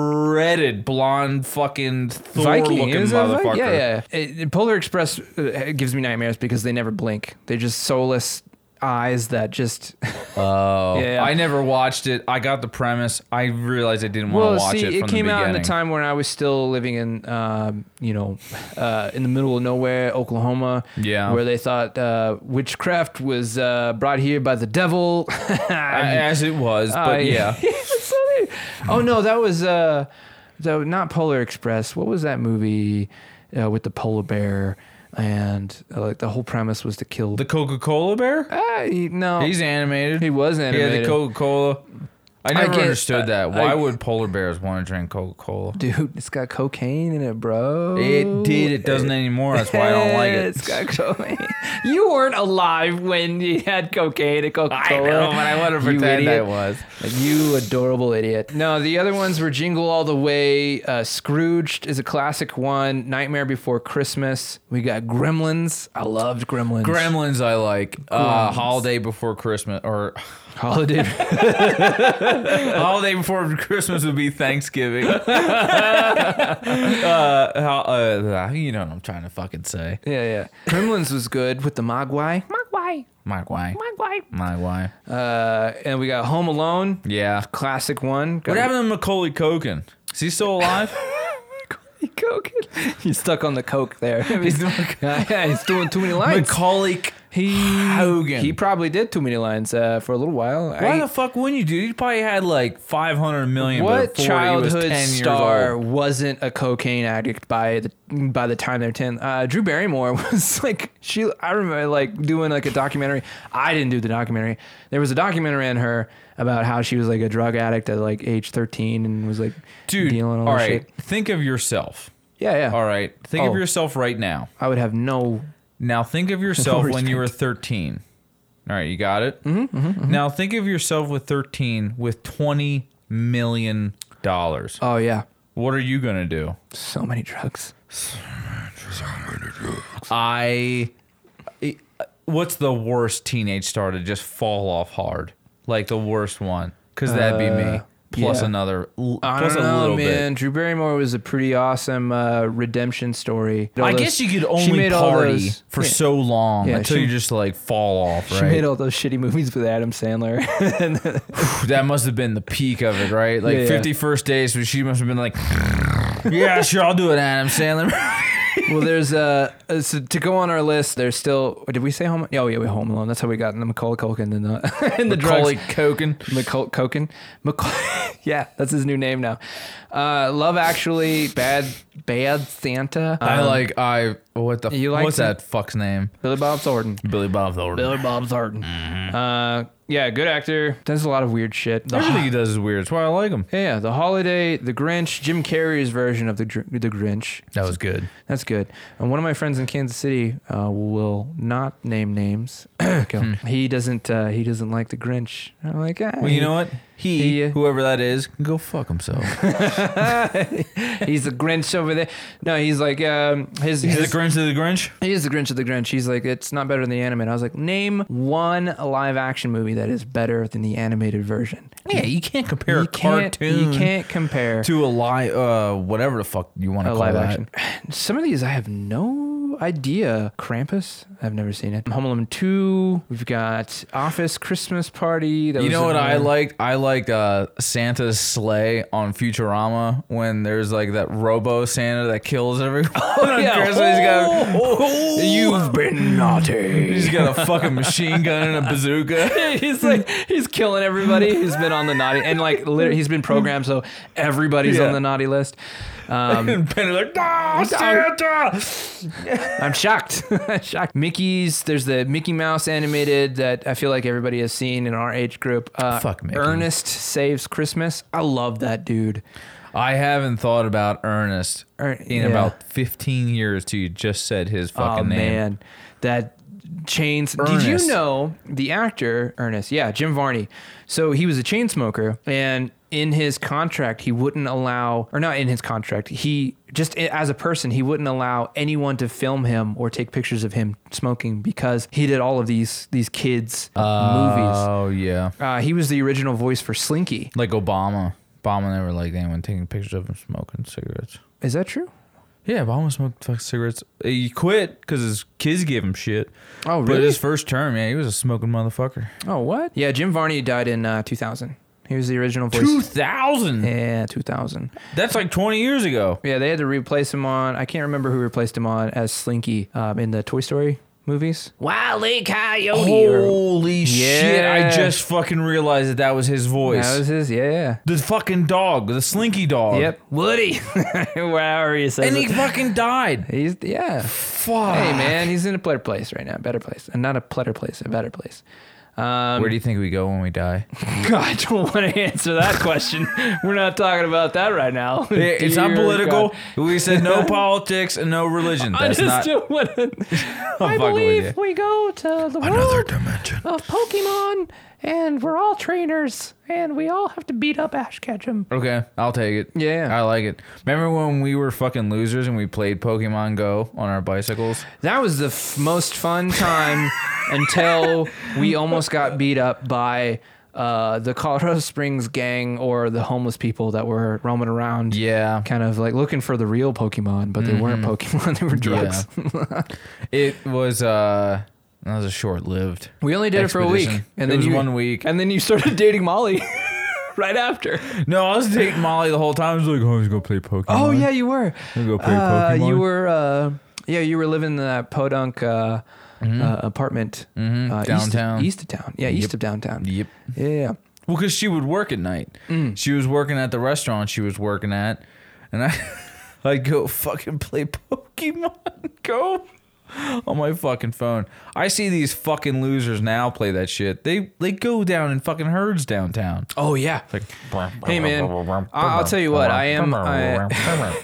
shredded blonde fucking
Viking
Thor-looking
is a
motherfucker.
Viking. Yeah, yeah. It- it- Polar Express uh, it gives me nightmares because they never blink. They're just soulless eyes that just.
Oh,
Yeah.
I never watched it. I got the premise. I realized I didn't want
well,
to watch
see,
it.
it,
From
came
the
out in the
beginning.
time when I was still living in, um, you know, uh, in the middle of nowhere, Oklahoma.
Yeah.
Where they thought uh, witchcraft was uh, brought here by the devil.
as it was.
Oh,
But yeah,
So they- oh no, that was uh, the not Polar Express. What was that movie uh, with the polar bear? And uh, like the whole premise was to kill.
the Coca Cola bear.
Ah, he- no,
He's animated.
he was animated.
Yeah, the Coca Cola. I never
guess-
understood that. Why
I-
would polar bears want to drink Coca Cola?
Dude, it's got cocaine in it, bro.
It did. It doesn't anymore. That's why I don't like it.
It's got cocaine. you weren't alive when you had cocaine and Coca Cola.
want was.
You adorable idiot. No, the other ones were Jingle All the Way. Uh, Scrooged is a classic one. Nightmare Before Christmas. We got Gremlins. I loved Gremlins.
Gremlins, I like. Uh, Holiday Before Christmas or
Holiday.
Holiday Before Christmas would be Thanksgiving. uh, how- uh, you know what I'm trying to fucking say.
yeah, yeah. Gremlins was good with the Mogwai. Mogwai.
My why?
Mogwai.
My why?
Uh, and we got Home Alone.
Yeah.
Classic one. Got
What happened to Macaulay Culkin? Is he still alive?
Coke. He's stuck on the Coke there.
He's doing-
yeah, he's doing too many lines.
Macaulay.
he,
Hogan.
He probably did too many lines uh, for a little while.
Why
I-
the fuck wouldn't you, dude? You probably had like 500 million.
What
before he was
childhood
10 years
star
old.
wasn't a cocaine addict by the by the time they're ten? Uh, Drew Barrymore was like she. I remember like doing like a documentary. I didn't do the documentary. There was a documentary on her about how she was like a drug addict at like age thirteen and was like
Dude,
dealing all,
all
this
right.
shit.
Think of yourself.
Yeah, yeah.
All right. Think
Oh.
of yourself right now.
I would have no.
Now think of yourself when you were 13. All right, you got it? Mm-hmm, Now think of yourself with 13 with 20 million dollars.
Oh yeah,
What are you going to do?
so many drugs.
I I- What's the worst teenage star to just fall off hard? Like the worst one cuz that'd be me.
Uh,
Plus
yeah.
another l-
I
plus
don't
a
know,
little
man. Drew Barrymore was a pretty awesome uh, redemption story.
bit.
All
I
those-
guess you could
she
only
made all
party
those-
for
yeah.
so long
Yeah,
until
she-
you just like fall off,
She
right?
made all those shitty movies with Adam Sandler.
that must have been the peak of it, right? Like
Yeah, yeah.
51st days, so she must have been like, yeah, sure, I'll do it, Adam Sandler.
well, there's uh, uh, so to go on our list. There's still. Did we say Home? Oh yeah, we Home Alone. That's how we got in the Macaulay Culkin and the and the
Macaulay
drugs.
Culkin.
Macaul- Culkin. Macaul- yeah, that's his new name now. Uh, Love Actually, Bad Bad Santa.
I
um,
like, I, what the,
You
you
like
what's
him?
that fuck's name?
Billy Bob Thornton.
Billy Bob Thornton.
Billy Bob Thornton. Uh, yeah, good actor. Does a lot of weird shit. The
Everything he does is weird. That's why I like him.
yeah, The Holiday, The Grinch, Jim Carrey's version of the Gr- the Grinch.
That was good.
That's good. And one of my friends in Kansas City uh, will not name names. Go. He doesn't. Uh, he doesn't like the Grinch. I'm like, ah,
Hmm. Well, you know what? He,
He, uh,
whoever that is, can go fuck himself.
he's the Grinch over there. No, he's like um, his.
He's the
his
Grinch of the Grinch.
he is the Grinch of the Grinch. He's like, it's not better than the animated. I was like, name one live action movie that is better than the animated version.
Yeah, you can't compare
you
a
can't,
cartoon
You can't compare
to a live, uh, whatever the fuck you want to
a
call
live
that.
action. Some of these I have no idea. Krampus? I've never seen it. Home Alone 2. We've got Office Christmas Party. That
You
was
know what I
another-
liked? I liked uh, Santa's sleigh on Futurama when there's like that Robo Santa that kills everyone. Oh,
yeah. You've been naughty.
He's got a fucking machine gun and a bazooka.
he's like he's killing everybody who's been on the naughty and like literally he's been programmed so everybody's
Yeah.
on the naughty list. Um,
And Penny's like, no, Santa!
I'm shocked. shocked. Mickey's there's the Mickey Mouse animated that I feel like everybody has seen in our age group. Uh,
Fuck Mickey.
Ernest Saves Christmas. I love that dude.
I haven't thought about Ernest
Ern-
in
Er, yeah.
about 15 years till you just said his fucking
oh
name.
man, that chains. Did you
Ernest.
know the actor Ernest? Yeah, Jim Varney. So he was a chain smoker, and in his contract, he wouldn't allow, or not in his contract, he just i- as a person, he wouldn't allow anyone to film him or take pictures of him smoking because he did all of these these kids movies.
Oh, yeah.
Uh, he was the original voice for Slinky.
Like Obama. Obama never liked anyone taking pictures of him smoking cigarettes.
Is that true?
Yeah, Obama smoked fucking cigarettes. Uh, He quit because his kids gave him shit.
Oh,
But
really?
his first term, yeah, he was a smoking motherfucker.
Oh, what? Yeah, Jim Varney died in uh, 2000. He was the original voice.
2000?
yeah, 2000.
That's like 20 years ago.
Yeah, they had to replace him on. I can't remember who replaced him on as Slinky um, in the Toy Story movies. Wily Coyote. or-
Holy shit. I
Yeah.
just fucking realized that that was his voice.
that was his. Yeah.
the fucking dog, the slinky dog.
Yep. Woody. Whatever you say.
And he fucking died.
He's yeah.
Fuck.
Hey man, he's in a better place right now. Better place, and not a pletter place, a better place. Um,
Where do you think we go when we die?
God, I don't want to answer that question. We're not talking about that right now.
it's not
Dear
political.
God.
We said no politics and no religion.
I
That's
just
not
don't want to. I
fucking with
believe
you.
we go to the
another
world
dimension.
of Pokemon, and we're all trainers, and we all have to beat up Ash Ketchum.
Okay, I'll take it.
Yeah.
I like it. Remember when we were fucking losers and we played Pokemon Go on our bicycles?
That was the f- most fun time until we almost got beat up by uh, the Colorado Springs gang or the homeless people that were roaming around.
Yeah. Mm-hmm.
Kind of like looking for the real Pokemon, but they weren't Pokemon, they were drugs.
It was uh that was a short lived.
We only did it for a week.
Expedition. It was
you,
one week.
And then you started dating Molly right after.
No, I was dating Molly the whole time. I was like, oh, I'm just gonna play Pokemon.
Oh yeah, you were.
I'm gonna go play
Uh,
Pokemon.
you were. Uh, yeah, you were living in that podunk uh, uh, apartment
Mhm,
uh, east of-
Mm-hmm. downtown.
east of, town. Yeah, east of downtown.
Yep.
Yeah, yeah.
Well, because she would work at night.
Mm.
She was working at the restaurant she was working at, and I, I'd go fucking play Pokemon Go on my fucking phone. I see these fucking losers now play that shit. They they go down in fucking herds downtown.
Oh yeah. Hey, man, I- I'll tell you what, I am-
I,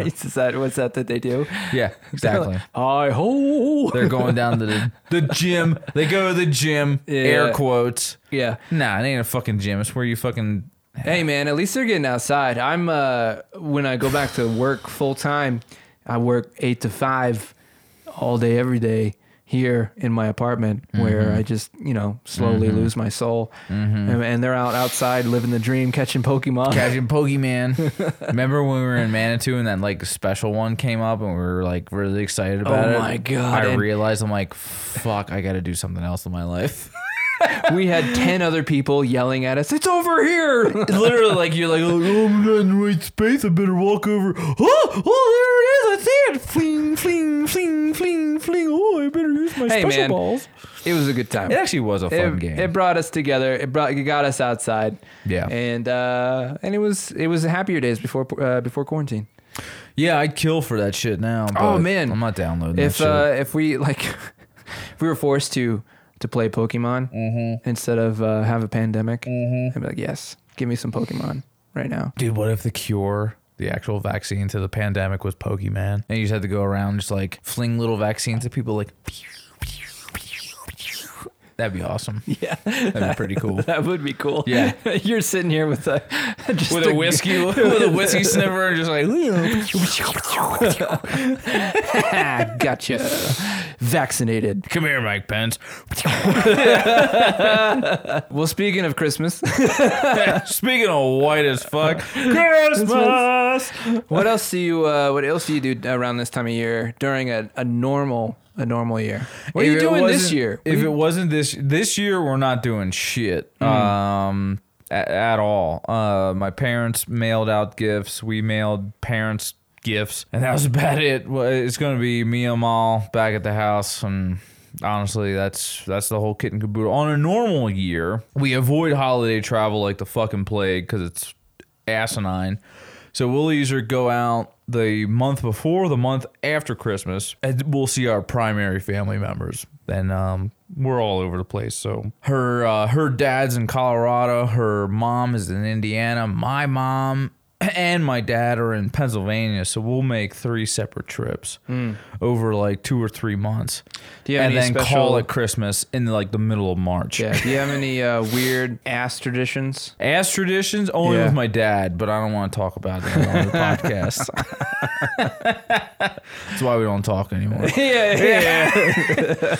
Is that what's that that they do?
Yeah, exactly.
I ho.
They're going down to the, the gym. They go to the gym. Air
Yeah.
quotes.
yeah.
Nah, it ain't a fucking gym. It's where you fucking
Hey man, at least they're getting outside. I'm uh when I go back to work full time, I work 8 to 5 all day every day here in my apartment where I just, you know, slowly lose my soul. And, and they're out outside living the dream catching Pokemon.
Catching Pokemon. Remember when we were in Manitou and that like special one came up and we were like really excited about it?
my God,
I
and-
realized I'm like, fuck, I gotta do something else in my life.
we had 10 other people yelling at us. It's over here.
Literally, like you're like, oh, I'm not in the right space. I better walk over. Oh, oh, there it is. I see it. Fling, fling, fling, fling, fling. Oh, I better use my
Hey,
special
man.
balls.
It was a good time.
It actually was a fun
it,
game.
it brought us together. It brought it got us outside.
Yeah.
And uh and it was it was happier days before uh, before quarantine.
yeah, I'd kill for that shit now.
Oh,
but
man.
I'm not downloading
if
that shit.
uh, if we like if we were forced to to play Pokemon instead of uh, have a pandemic, I'd be like, yes, give me some Pokemon right now.
Dude, what if the cure, the actual vaccine to the pandemic was Pokemon? And you just had to go around just like fling little vaccines at people like That'd be awesome.
Yeah,
That'd be pretty cool.
that would be cool.
Yeah.
you're sitting here with a just
With a whiskey with a whiskey sniffer and just like
Ah, gotcha. Vaccinated.
Come here, Mike Pence.
Well, speaking of Christmas,
Speaking of white as fuck, Christmas. us.
What else do you uh, What else do you do around this time of year during a, a normal a normal year? What are
If
you
it
doing this
wasn't-
year?
If it wasn't this this year, we're not doing shit.
Hmm.
Um. At, at all. Uh, my parents mailed out gifts. We mailed parents gifts, and that was about it. Well, It's gonna be me and all back at the house, and honestly, that's that's the whole kit and caboodle. On a normal year, we avoid holiday travel like the fucking plague because it's asinine. So we'll either go out the month before, the month after Christmas, and we'll see our primary family members. And um, we're all over the place. So her uh, her dad's in Colorado, her mom is in Indiana, my mom and my dad are in Pennsylvania. So we'll make three separate trips over like two or three months,
Hmm. Do you have
and
any
then
special-
call it Christmas in like the middle of March.
yeah. Do you have any uh, weird ass traditions?
As traditions only
Yeah.
with my dad, but I don't want to talk about that on the podcast. That's why we don't talk anymore.
yeah, yeah.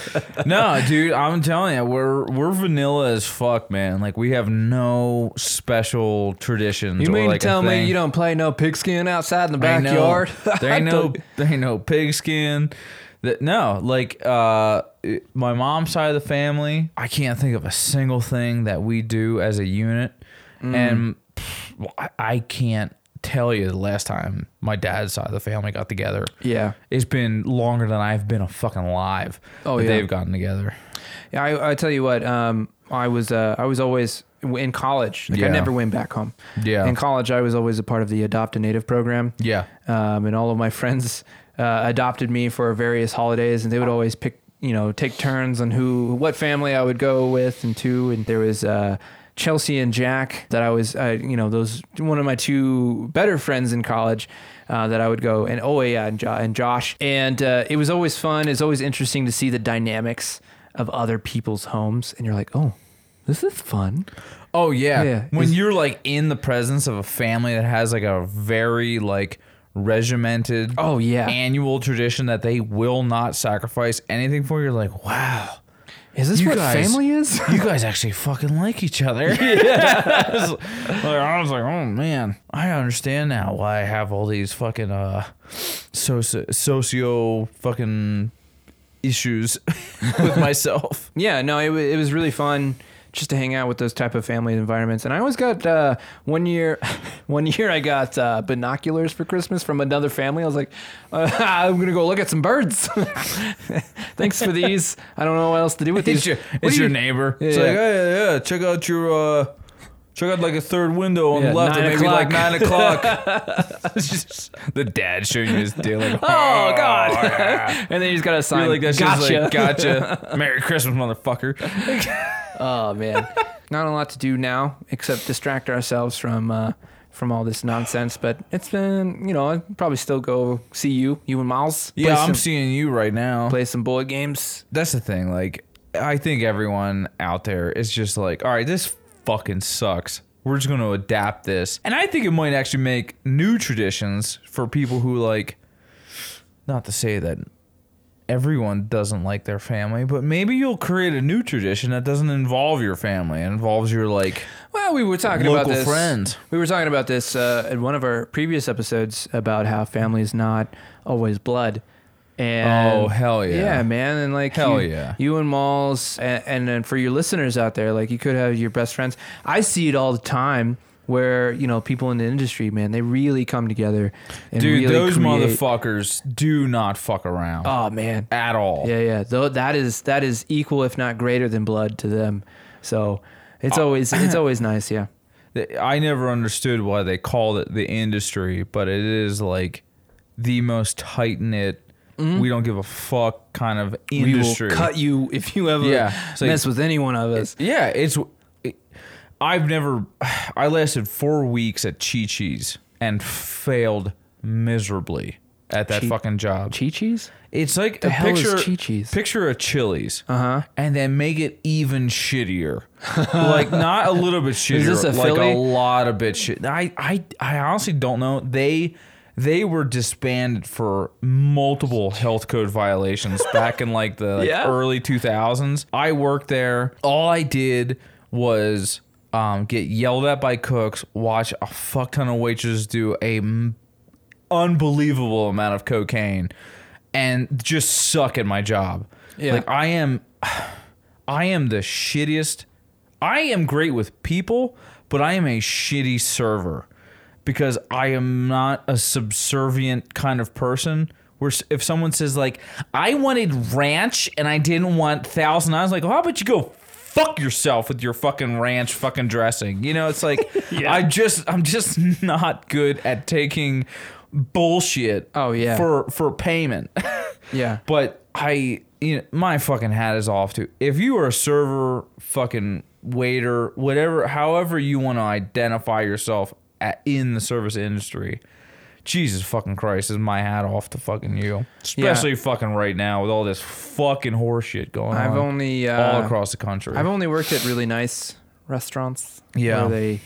no, dude, I'm telling you, we're we're vanilla as fuck, man. Like we have no special traditions.
You
or
mean
like
to tell me you don't play no pigskin outside in the backyard?
There ain't
I
no
don't-
there ain't no pigskin. That no, like uh, it- my mom's side of the family, I can't think of a single thing that we do as a unit,
Mm.
and pff, well, I- I can't tell you the last time my dad's side of the family got together.
Yeah.
It's been longer than I've been a fucking alive.
Oh,
that
yeah.
they've gotten together.
Yeah, I, I tell you what, um, I was uh, I was always in college. Like I
Yeah.
never went back home.
Yeah.
In college, I was always a part of the Adopt a Native program.
Yeah.
Um, and all of my friends uh, adopted me for various holidays, and they would always pick, you know, take turns on who, what family I would go with and to. And there was uh, Chelsea and Jack that I was, uh, you know, those one of my two better friends in college. Uh, that I would go and oh yeah and, jo- and Josh and uh, it was always fun. It's always interesting to see the dynamics of other people's homes, and you're like, oh, this is fun.
Oh yeah.
Yeah.
When
It's-
you're like in the presence of a family that has like a very like regimented
Oh, yeah.
annual tradition that they will not sacrifice anything for, you're like, wow.
Is this
You
what
guys-
family is?
You guys actually fucking like each other. I, was, like, I was like, oh man, I understand now why I have all these fucking uh socio, socio fucking issues with myself.
yeah no it, wa- it was really fun just to hang out with those type of family environments and i always got uh, one year one year i got uh, binoculars for christmas from another family i was like uh, i'm gonna go look at some birds thanks for these i don't know what else to do with
It's
these
your,
What
it's
do
your
you-
neighbor. It's
Yeah.
like, hey, yeah, check out your, uh, check out like a third window on
Yeah,
the left at
nine
maybe like
o'clock.
nine o'clock. It's just the dad showing you his deal. Like, oh,
oh
yeah."
god and then he's got a sign
You're like, that's
gotcha
just like, gotcha. Merry Christmas, motherfucker.
oh man not a lot to do now except distract ourselves from uh, from all this nonsense but it's been you know i probably still go see you you and miles
Yeah,
play
I'm
some-
seeing you right now.
play some board games
That's the thing. Like, I think everyone out there is just like, all right, this fucking sucks. We're just going to adapt this. And I think it might actually make new traditions for people who, like, not to say that everyone doesn't like their family, but maybe you'll create a new tradition that doesn't involve your family. It involves your, like,
Well, we were talking about
Local
this.
friends.
We were talking about this uh, in one of our previous episodes about how family is not always blood. And
Oh, hell yeah.
Yeah, man, and like
Hell
you,
yeah.
you and Malls, and, and then for your listeners out there, like you could have your best friends. I see it all the time where you know people in the industry, man, they really come together and
dude,
really
those
create-
motherfuckers do not fuck around
Oh man,
at all.
yeah, yeah. Though that is that is equal, if not greater than blood to them. So it's
Oh.
always it's always nice, yeah.
Th- I never understood why they called it the industry, but it is like the most tight knit. We don't give a fuck kind of industry.
We will cut you if you ever
Yeah. So-
mess with any one of us.
Yeah, it's. It, I've never. I lasted four weeks at Chi Chi's and failed miserably at that
Chi-
fucking job.
Chi Chi's?
It's like
The
a
hell is
picture,
Chi-Chi's?
picture of Chili's,
Uh-huh.
and then make it even shittier. like not a little bit shittier,
this a
like
Philly?
a lot of bit shit. I, I, I honestly don't know. They, they were disbanded for multiple health code violations back in like the like,
Yeah.
early two thousands. I worked there. All I did was. Um, get yelled at by cooks. Watch a fuck ton of waitresses do a m- unbelievable amount of cocaine and just suck at my job.
Yeah.
Like I am I am the shittiest. I am great with people, but I am a shitty server because I am not a subservient kind of person. Where s- if someone says like, "I wanted ranch and I didn't want thousand, I was like, well, "How about you go fuck yourself with your fucking ranch fucking dressing?" You know, it's like I just I'm just not good at taking bullshit.
Oh, yeah.
for for payment.
Yeah.
But I, you know, my fucking hat is off to if you are a server, fucking waiter, whatever, however you want to identify yourself at, in the service industry. Jesus fucking Christ is my hat off to fucking you, especially fucking right now with all this fucking horseshit going
I've
on.
only,
all
uh,
across the country.
I've only worked at really nice restaurants.
Yeah.
Where they,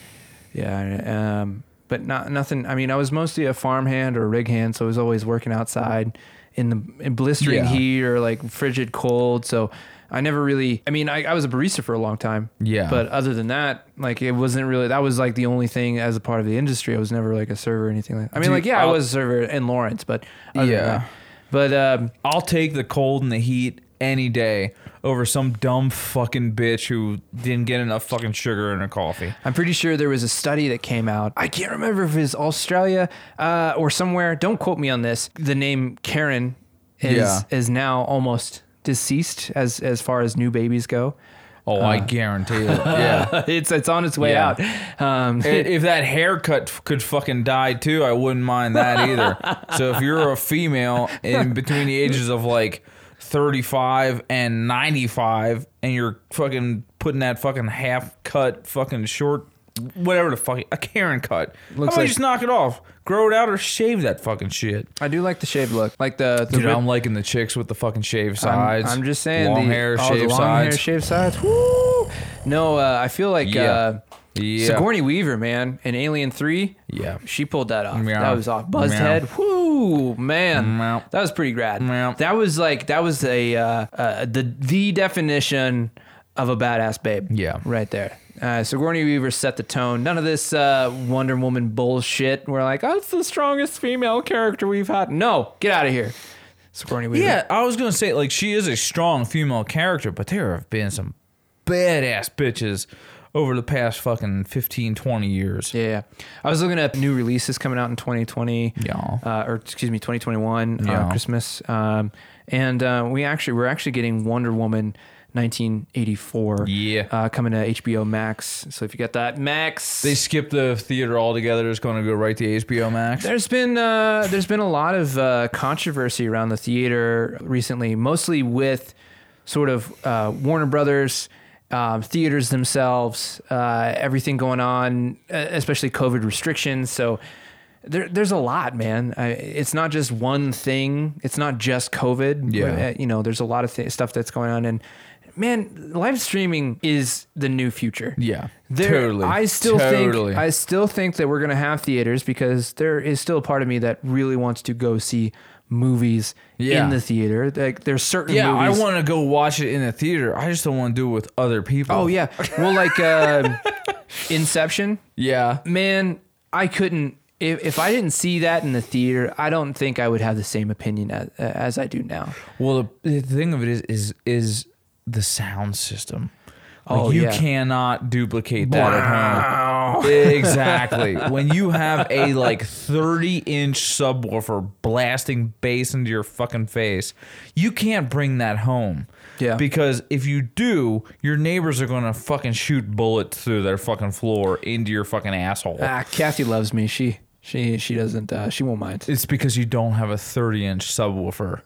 yeah. Um, but not nothing. I mean, I was mostly a farmhand or a rig hand, so I was always working outside in the in blistering
Yeah.
heat or like frigid cold. So I never really. I mean, I, I was a barista for a long time.
Yeah.
But other than that, like it wasn't really. That was like the only thing as a part of the industry. I was never like a server or anything like. I mean,
Dude,
like yeah,
I'll-
I was a server in Lawrence, but other
Yeah.
Than that. But um,
I'll take the cold and the heat any day over some dumb fucking bitch who didn't get enough fucking sugar in her coffee.
I'm pretty sure there was a study that came out. I can't remember if it was Australia uh, or somewhere. Don't quote me on this. The name Karen is
Yeah.
is now almost deceased as as far as new babies go.
Oh,
Uh.
I guarantee it. Yeah.
it's it's on its way
Yeah.
out. Um,
I- if that haircut f- could fucking die too, I wouldn't mind that either. so if you're a female in between the ages of like 35 and 95 and you're fucking putting that fucking half cut fucking short whatever the fuck a Karen cut.
Looks
Looks How about
like-
you just knock it off? Grow it out or shave that fucking shit.
I do like the shaved look, like the, the
Dude,
rib-
I'm liking the chicks with the fucking shaved
I'm-
sides.
I'm just saying
long
the
hair,
oh, the
shaved
long
sides.
hair, shaved sides. Woo! No, uh, I feel like
Yeah.
uh,
Yeah.
Sigourney Weaver, man, in Alien Three.
Yeah.
she pulled that off.
Meow.
That was off. Buzzed
Meow.
head. Woo, man,
Meow.
that was pretty rad.
Meow.
That was like that was a uh, uh, the the definition of a badass babe.
Yeah.
right there. Uh, Sigourney Weaver set the tone. None of this uh, Wonder Woman bullshit. We're like, oh, it's the strongest female character we've had. No, get out of here, Sigourney Weaver.
Yeah, I was gonna say like she is a strong female character, but there have been some badass bitches over the past fucking 15, 20 years.
Yeah, yeah. I was looking up new releases coming out in 2020.
Yeah.
Uh, or excuse me, 2021
Yeah.
uh, Christmas. Um, and uh, we actually we're actually getting Wonder Woman 1984.
Yeah.
Uh, coming to HBO Max. So if you got that Max,
They skipped the theater altogether. It's gonna go right to HBO Max.
there's been uh, there's been a lot of uh, controversy around the theater recently, mostly with sort of uh, Warner Brothers. Um, theaters themselves, uh, everything going on, uh, especially COVID restrictions. So there, there's a lot, man. I, it's not just one thing. It's not just COVID.
Yeah.
Uh, You know, there's a lot of th- stuff that's going on, and man, live streaming is the new future.
Yeah,
There,
totally.
I still
totally.
think I still think that we're gonna have theaters because there is still a part of me that really wants to go see movies
Yeah.
in the theater. Like there's certain
yeah,
movies.
I want to go watch it in the theater. I just don't want to do it with other people.
Oh yeah. Well, like um Inception,
yeah.
man. I couldn't. If, if I didn't see that in the theater, I don't think I would have the same opinion as, as I do now.
Well, the, the thing of it is, is, is the sound system. Like
Oh,
you
yeah.
cannot duplicate that at home. Exactly. when you have a like 30 inch subwoofer blasting bass into your fucking face, you can't bring that home.
Yeah.
Because if you do, your neighbors are gonna fucking shoot bullets through their fucking floor into your fucking asshole.
Ah, Kathy loves me. She she she doesn't. Uh, she won't mind.
It's because you don't have a 30 inch subwoofer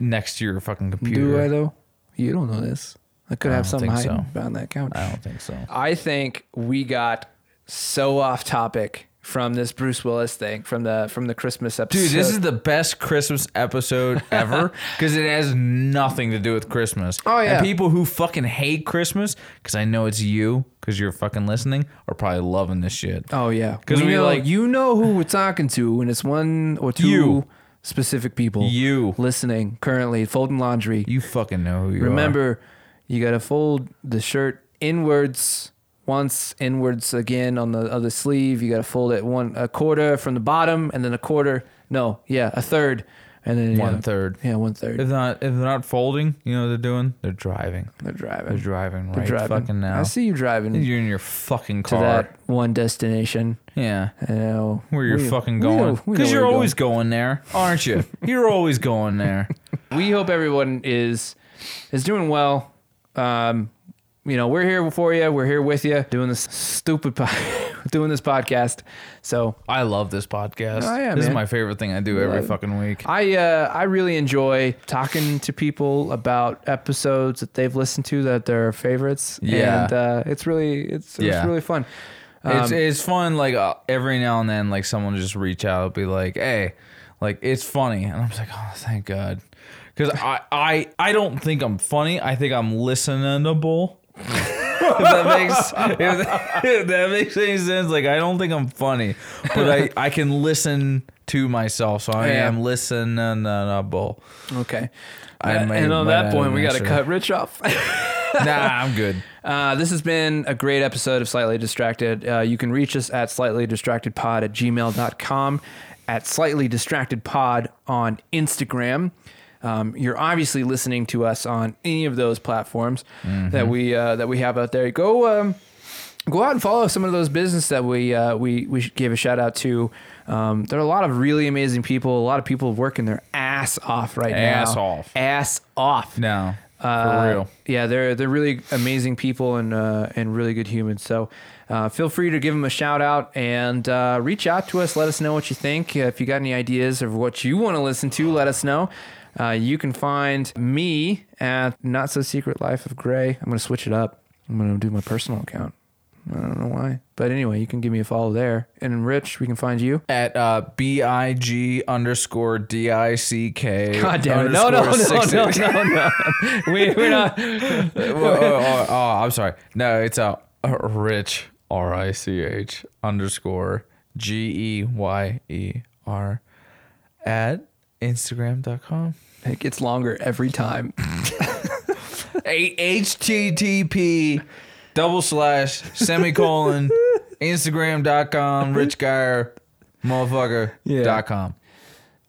next to your fucking computer.
Do I though? You don't know this. I could have
don't
something
think so.
hiding behind that couch.
I don't think so.
I think we got so off topic from this Bruce Willis thing from the from the Christmas episode.
Dude, this is the best Christmas episode ever because it has nothing to do with Christmas.
Oh, yeah.
And people who fucking hate Christmas, because I know it's you, because you're fucking listening, are probably loving this shit.
oh yeah,
'Cause we,
know,
like-
you know who we're talking to, and it's one or two
You.
specific people
You.
listening currently folding laundry.
You fucking know who you are.
Remember, you gotta fold the shirt inwards once, inwards again on the other sleeve. You gotta fold it one a quarter from the bottom, and then a quarter No, yeah, a third, and then
One
yeah,
third.
Yeah, one third.
If not, if they're not folding, you know what they're doing? They're driving.
They're driving.
They're driving
They're
right fucking now.
I see you driving
You're in your fucking
to
car.
that one destination.
Yeah.
Oh,
Where you're
we- we
fucking
know-
going.
we know
Because
where
you're
you're
always going. there, aren't you? you're always going there.
we hope everyone is is doing well. Um, you know, we're here for you. We're here with you doing this stupid po- doing this podcast. So
I love this podcast.
Oh, yeah,
this is
man.
my favorite thing I do every fucking week.
I uh, I really enjoy talking to people about episodes that they've listened to that they're favorites.
Yeah.
and uh, it's really it's,
Yeah.
it's really fun. Um,
it's it's fun. Like uh, every now and then, like someone just reach out, be like, "Hey, like it's funny," and I'm just like, "Oh, thank God," because I I I don't think I'm funny. I think I'm listenable. if that makes if that, if that makes any sense, like I don't think I'm funny, but I I can listen to myself, so I
Yeah.
am listenable.
Okay,
I
Uh,
may-
and on
might
that
add
point,
an
we got to
extra.
cut Rich off.
Nah, I'm good.
Uh, this has been a great episode of Slightly Distracted. Uh, you can reach us at slightlydistractedpod at gmail.com, at slightlydistractedpod on Instagram. Um, you're obviously listening to us on any of those platforms
Mm-hmm.
that we uh, that we have out there. Go um, go out and follow some of those business that we uh, we we should give a shout out to. Um, there are a lot of really amazing people. A lot of people working their ass off right
Ass
now.
off.
Ass off.
No,
Uh,
for real.
Yeah, they're they're really amazing people and uh, and really good humans. So uh, feel free to give them a shout out and uh, reach out to us. Let us know what you think. Uh, if you got any ideas of what you want to listen to, let us know. Uh, you can find me at Not So Secret Life of Gray. I'm gonna switch it up. I'm gonna do my personal account. I don't know why, but anyway, you can give me a follow there. And Rich, we can find you.
at uh, B I G underscore D I C K.
God damn it! No, no, no, no, no, no. we, we're not.
oh, oh, oh, oh, I'm sorry. No, it's a uh, rich R I C H underscore G E Y E R at Instagram.com.
It gets longer every time.
A- HTTP double slash semicolon Instagram.com Rich Geyer motherfucker
Yeah.
dot com.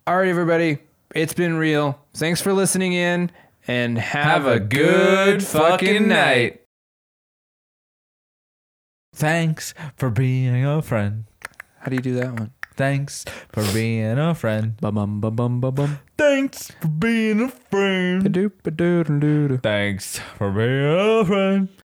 All right, everybody. It's been real. Thanks for listening in and have, a good fucking night.
Thanks for being a friend.
How do you do that one?
Thanks for being a friend.
Bum bum bum bum bum bum.
Thanks for being a friend.
Ba-doop, ba-doodle-doodle.
Thanks for being a friend.